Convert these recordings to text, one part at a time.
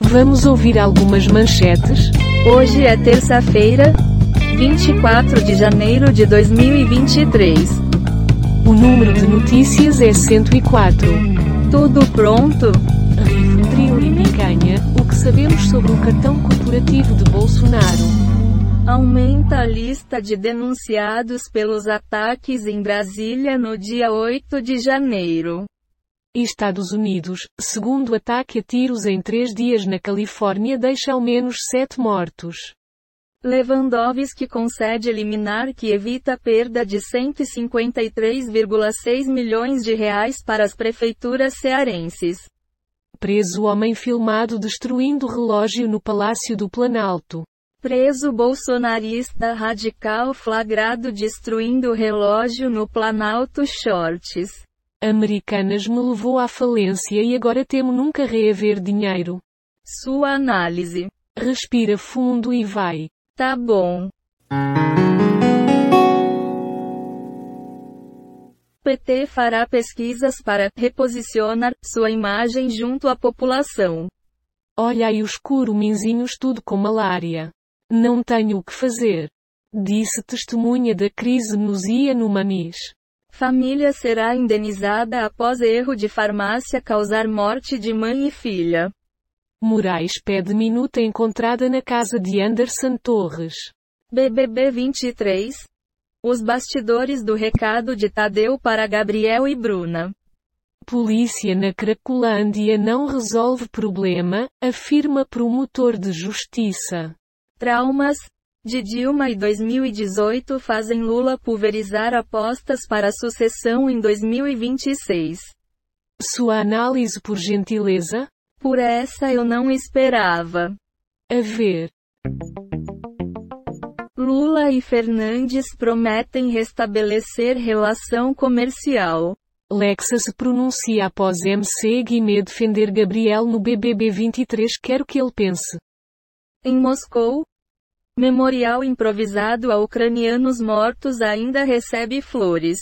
Vamos ouvir algumas manchetes? Hoje é terça-feira, 24 de janeiro de 2023. O número de notícias é 104. Tudo pronto? Riff Trillini ganha. O que sabemos sobre o cartão corporativo de Bolsonaro? Aumenta a lista de denunciados pelos ataques em Brasília no dia 8 de janeiro. Estados Unidos, segundo ataque a tiros em três dias na Califórnia deixa ao menos sete mortos. Lewandowski concede liminar que evita perda de 153,6 milhões de reais para as prefeituras cearenses. Preso homem filmado destruindo relógio no Palácio do Planalto. Preso bolsonarista radical flagrado destruindo relógio no Planalto Shorts. Americanas me levou à falência e agora temo nunca reaver dinheiro. Sua análise. Respira fundo e vai. Tá bom. PT fará pesquisas para reposicionar sua imagem junto à população. Olha aí os curuminzinhos tudo com malária. Não tenho o que fazer. Disse testemunha da crise nos Manis. Família será indenizada após erro de farmácia causar morte de mãe e filha. Moraes pede minuta encontrada na casa de Anderson Torres. BBB 23. Os bastidores do recado de Tadeu para Gabriel e Bruna. Polícia na Cracolândia não resolve problema, afirma promotor de justiça. Traumas de Dilma e 2018 fazem Lula pulverizar apostas para a sucessão em 2026. Sua análise por gentileza? Por essa eu não esperava. A ver. Lula e Fernandes prometem restabelecer relação comercial. Lexa se pronuncia após MC Guimê defender Gabriel no BBB 23 quero que ele pense. Em Moscou, memorial improvisado a ucranianos mortos ainda recebe flores.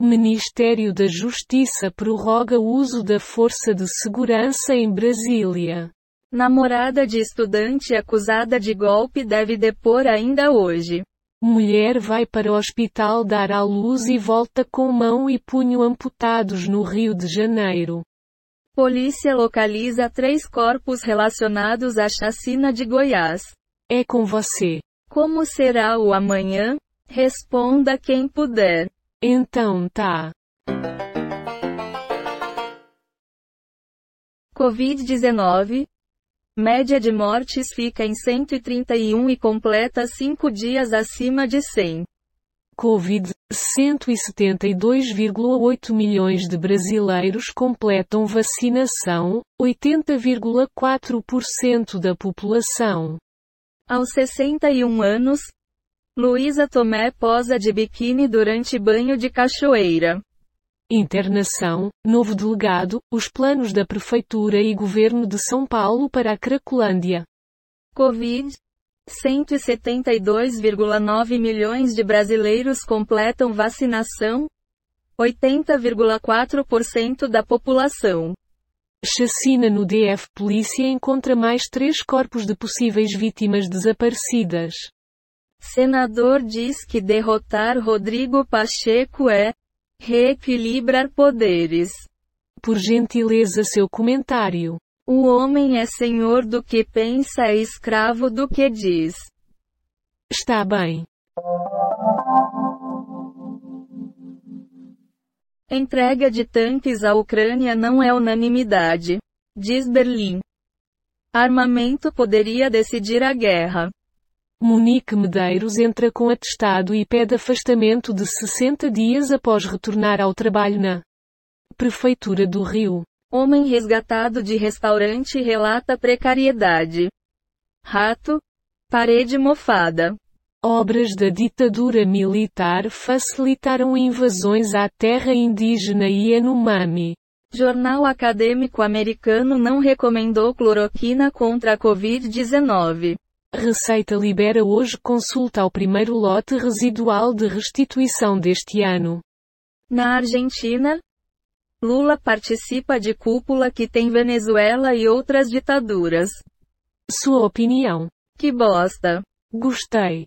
Ministério da Justiça prorroga o uso da força de segurança em Brasília. Namorada de estudante acusada de golpe deve depor ainda hoje. Mulher vai para o hospital dar à luz e volta com mão e punho amputados no Rio de Janeiro. Polícia localiza três corpos relacionados à chacina de Goiás. É com você. Como será o amanhã? Responda quem puder. Então tá. Covid-19. Média de mortes fica em 131 e completa 5 dias acima de 100. Covid, 172,8 milhões de brasileiros completam vacinação, 80,4% da população. Aos 61 anos, Luísa Tomé posa de biquíni durante banho de cachoeira. Internação, novo delegado, os planos da Prefeitura e Governo de São Paulo para a Cracolândia. Covid. 172,9 milhões de brasileiros completam vacinação, 80,4% da população. Chacina no DF Polícia encontra mais três corpos de possíveis vítimas desaparecidas. Senador diz que derrotar Rodrigo Pacheco é reequilibrar poderes. Por gentileza seu comentário. O homem é senhor do que pensa e escravo do que diz. Está bem. Entrega de tanques à Ucrânia não é unanimidade, diz Berlim. Armamento poderia decidir a guerra. Monique Medeiros entra com atestado e pede afastamento de 60 dias após retornar ao trabalho na Prefeitura do Rio. Homem resgatado de restaurante relata precariedade. Rato, parede mofada. Obras da ditadura militar facilitaram invasões à terra indígena e Yanomami. Jornal acadêmico americano não recomendou cloroquina contra a Covid-19. Receita libera hoje consulta ao primeiro lote residual de restituição deste ano. Na Argentina, Lula participa de cúpula que tem Venezuela e outras ditaduras. Sua opinião. Que bosta. Gostei.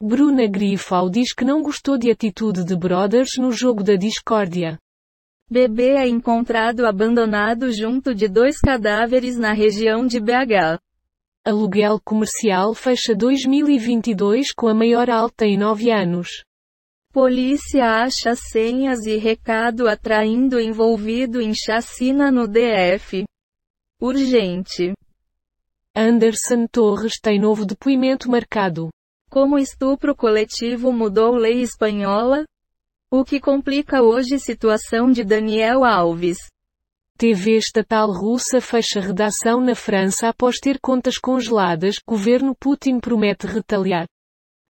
Bruna Grifal diz que não gostou de atitude de Brothers no jogo da discórdia. Bebê é encontrado abandonado junto de dois cadáveres na região de BH. Aluguel comercial fecha 2022 com a maior alta em 9 anos. Polícia acha senhas e recado atraindo envolvido em chacina no DF. Urgente. Anderson Torres tem novo depoimento marcado. Como estupro coletivo mudou lei espanhola? O que complica hoje situação de Daniel Alves. TV estatal russa fecha redação na França após ter contas congeladas. Governo Putin promete retaliar.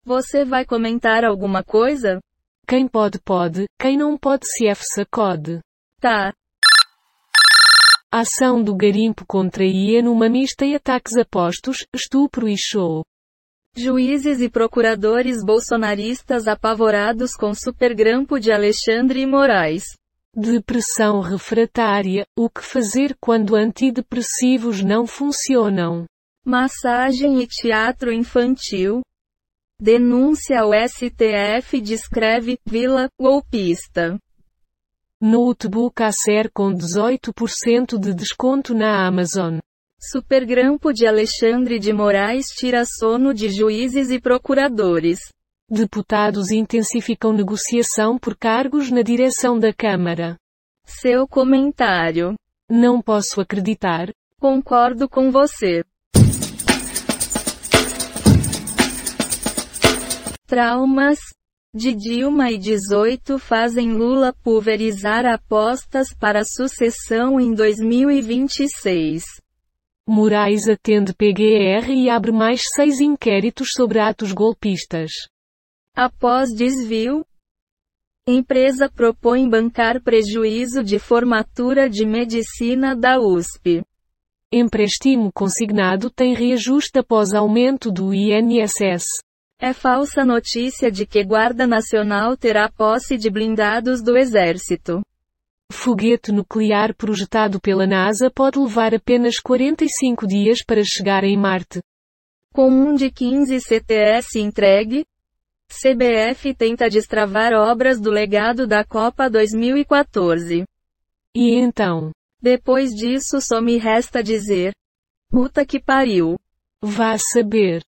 Você vai comentar alguma coisa? Quem pode, pode. Quem não pode, se F sacode. Tá. Ação do garimpo contra hieno mamista e ataques a postos, estupro e show. Juízes e procuradores bolsonaristas apavorados com supergrampo de Alexandre Moraes. Depressão refratária, o que fazer quando antidepressivos não funcionam? Massagem e teatro infantil. Denúncia ao STF descreve Vila golpista. Notebook Acer com 18% de desconto na Amazon. Supergrampo de Alexandre de Moraes tira sono de juízes e procuradores. Deputados intensificam negociação por cargos na direção da Câmara. Seu comentário. Não posso acreditar. Concordo com você. Traumas de Dilma e 18 fazem Lula pulverizar apostas para sucessão em 2026. Moraes atende PGR e abre mais seis inquéritos sobre atos golpistas. Após desvio, empresa propõe bancar prejuízo de formatura de medicina da USP. Empréstimo consignado tem reajuste após aumento do INSS. É falsa notícia de que Guarda Nacional terá posse de blindados do Exército. Foguete nuclear projetado pela NASA pode levar apenas 45 dias para chegar em Marte. Com um de 15 CTS entregue, CBF tenta destravar obras do legado da Copa 2014. E então? Depois disso só me resta dizer. Puta que pariu. Vá saber.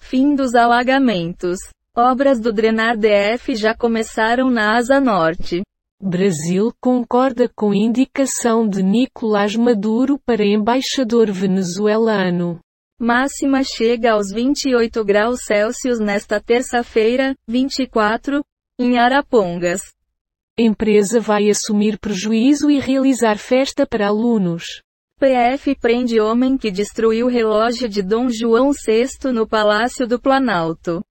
Fim dos alagamentos. Obras do Drenar DF já começaram na Asa Norte. Brasil concorda com indicação de Nicolás Maduro para embaixador venezuelano. Máxima chega aos 28 graus Celsius nesta terça-feira, 24, em Arapongas. Empresa vai assumir prejuízo e realizar festa para alunos. PF prende homem que destruiu relógio de Dom João VI no Palácio do Planalto.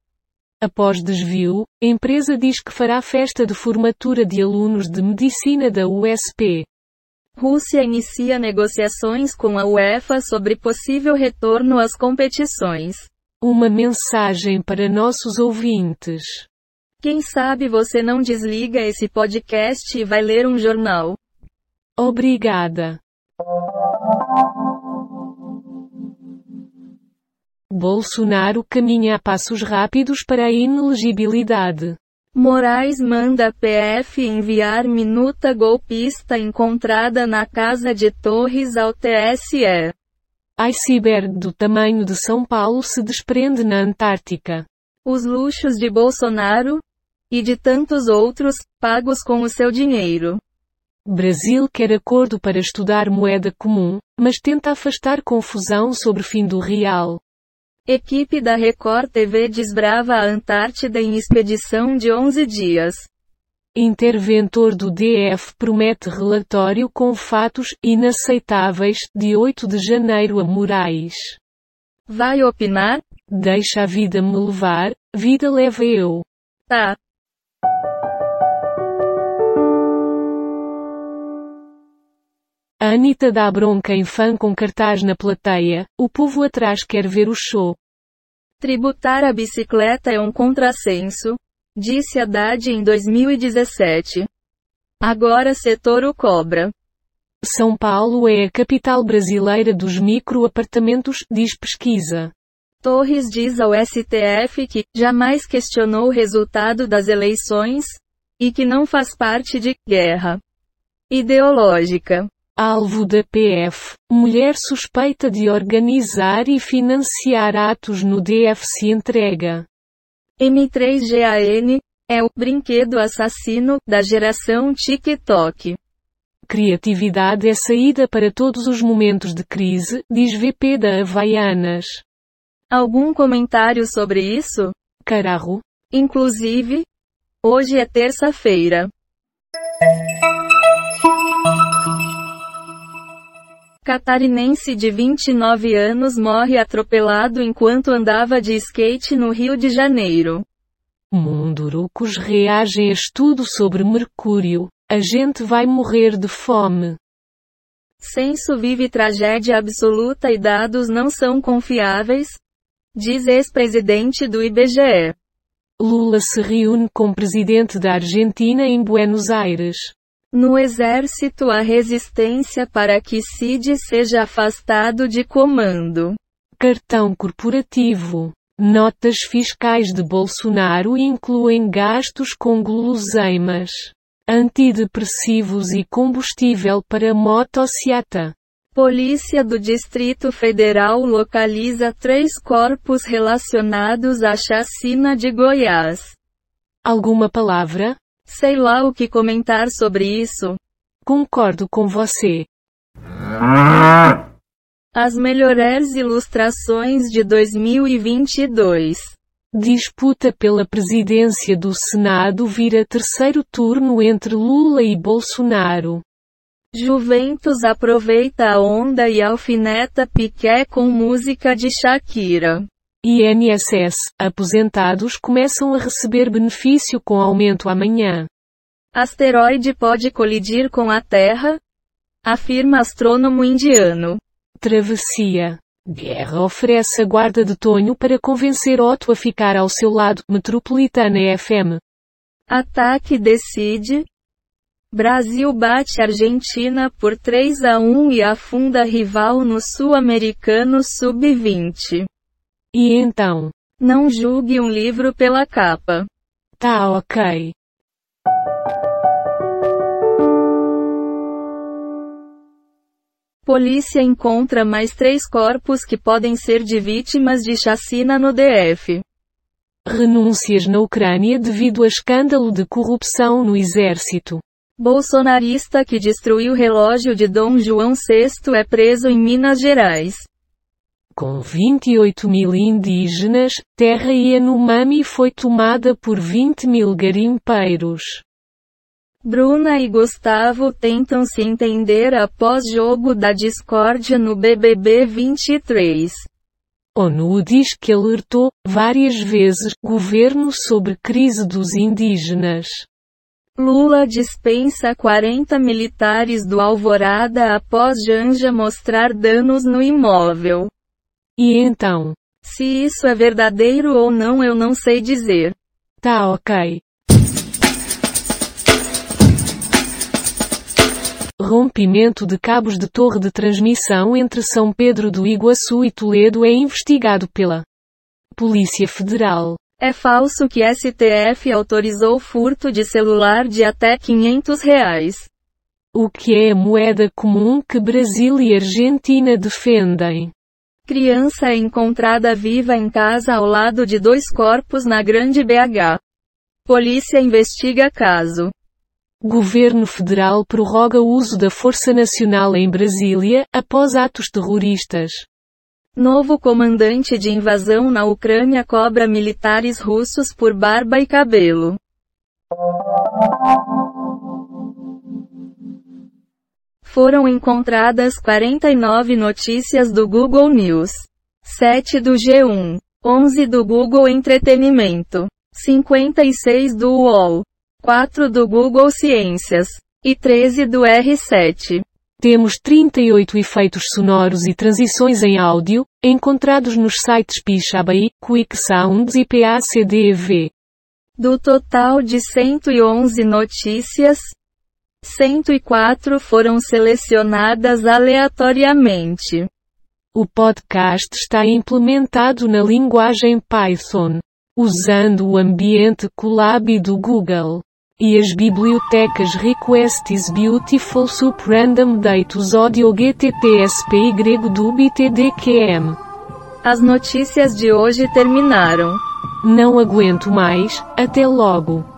Após desvio, empresa diz que fará festa de formatura de alunos de medicina da USP. Rússia inicia negociações com a UEFA sobre possível retorno às competições. Uma mensagem para nossos ouvintes. Quem sabe você não desliga esse podcast e vai ler um jornal. Obrigada. Bolsonaro caminha a passos rápidos para a inelegibilidade. Moraes manda PF enviar minuta golpista encontrada na casa de Torres ao TSE. Iceberg do tamanho de São Paulo se desprende na Antártica. Os luxos de Bolsonaro e de tantos outros, pagos com o seu dinheiro. Brasil quer acordo para estudar moeda comum, mas tenta afastar confusão sobre fim do real. Equipe da Record TV desbrava a Antártida em expedição de 11 dias. Interventor do DF promete relatório com fatos inaceitáveis de 8 de janeiro a Moraes. Vai opinar? Deixa a vida me levar, vida leva eu. Tá. A Anitta dá bronca em fã com cartaz na plateia, o povo atrás quer ver o show. Tributar a bicicleta é um contrassenso, disse Haddad em 2017. Agora setor o cobra. São Paulo é a capital brasileira dos microapartamentos, diz pesquisa. Torres diz ao STF que jamais questionou o resultado das eleições e que não faz parte de guerra ideológica. Alvo da PF. Mulher suspeita de organizar e financiar atos no DF se entrega. M3GAN é o brinquedo assassino da geração TikTok. Criatividade é saída para todos os momentos de crise, diz VP da Havaianas. Algum comentário sobre isso? Cararro. Inclusive, hoje é terça-feira. Catarinense de 29 anos morre atropelado enquanto andava de skate no Rio de Janeiro. Mundurucos reagem a estudo sobre mercúrio. A gente vai morrer de fome. Censo vive tragédia absoluta e dados não são confiáveis, diz ex-presidente do IBGE. Lula se reúne com presidente da Argentina em Buenos Aires. No exército há resistência para que Cid seja afastado de comando. Cartão corporativo. Notas fiscais de Bolsonaro incluem gastos com guloseimas, antidepressivos e combustível para motociata. Polícia do Distrito Federal localiza três corpos relacionados à chacina de Goiás. Alguma palavra? Sei lá o que comentar sobre isso. Concordo com você. As melhores ilustrações de 2022. Disputa pela presidência do Senado vira terceiro turno entre Lula e Bolsonaro. Juventus aproveita a onda e alfineta Piqué com música de Shakira. INSS, aposentados começam a receber benefício com aumento amanhã. Asteroide pode colidir com a Terra? Afirma astrônomo indiano. Travessia. Guerra oferece a guarda de Tonho para convencer Otto a ficar ao seu lado, Metropolitana FM. Ataque decide. Brasil bate Argentina por 3 a 1 e afunda rival no Sul-Americano Sub-20. E então? Não julgue um livro pela capa. Tá ok. Polícia encontra mais três corpos que podem ser de vítimas de chacina no DF. Renúncias na Ucrânia devido a escândalo de corrupção no exército. Bolsonarista que destruiu relógio de Dom João VI é preso em Minas Gerais. Com 28 mil indígenas, terra Yanomami foi tomada por 20 mil garimpeiros. Bruna e Gustavo tentam se entender após jogo da discórdia no BBB 23. ONU diz que alertou, várias vezes, governo sobre crise dos indígenas. Lula dispensa 40 militares do Alvorada após Janja mostrar danos no imóvel. E então? Se isso é verdadeiro ou não eu não sei dizer. Tá ok. Rompimento de cabos de torre de transmissão entre São Pedro do Iguaçu e Toledo é investigado pela Polícia Federal. É falso que STF autorizou furto de celular de até 500 reais. O que é a moeda comum que Brasil e Argentina defendem? Criança é encontrada viva em casa ao lado de dois corpos na Grande BH. Polícia investiga caso. Governo federal prorroga o uso da Força Nacional em Brasília, após atos terroristas. Novo comandante de invasão na Ucrânia cobra militares russos por barba e cabelo. Foram encontradas 49 notícias do Google News, 7 do G1, 11 do Google Entretenimento, 56 do UOL, 4 do Google Ciências e 13 do R7. Temos 38 efeitos sonoros e transições em áudio, encontrados nos sites Pixabay, Quick Sounds e PACDEV. Do total de 111 notícias, 104 foram selecionadas aleatoriamente. O podcast está implementado na linguagem Python, usando o ambiente Colab do Google e as bibliotecas Requests Beautiful Subrandom Datus Audio GTTSPY do BTDQM. As notícias de hoje terminaram. Não aguento mais, até logo.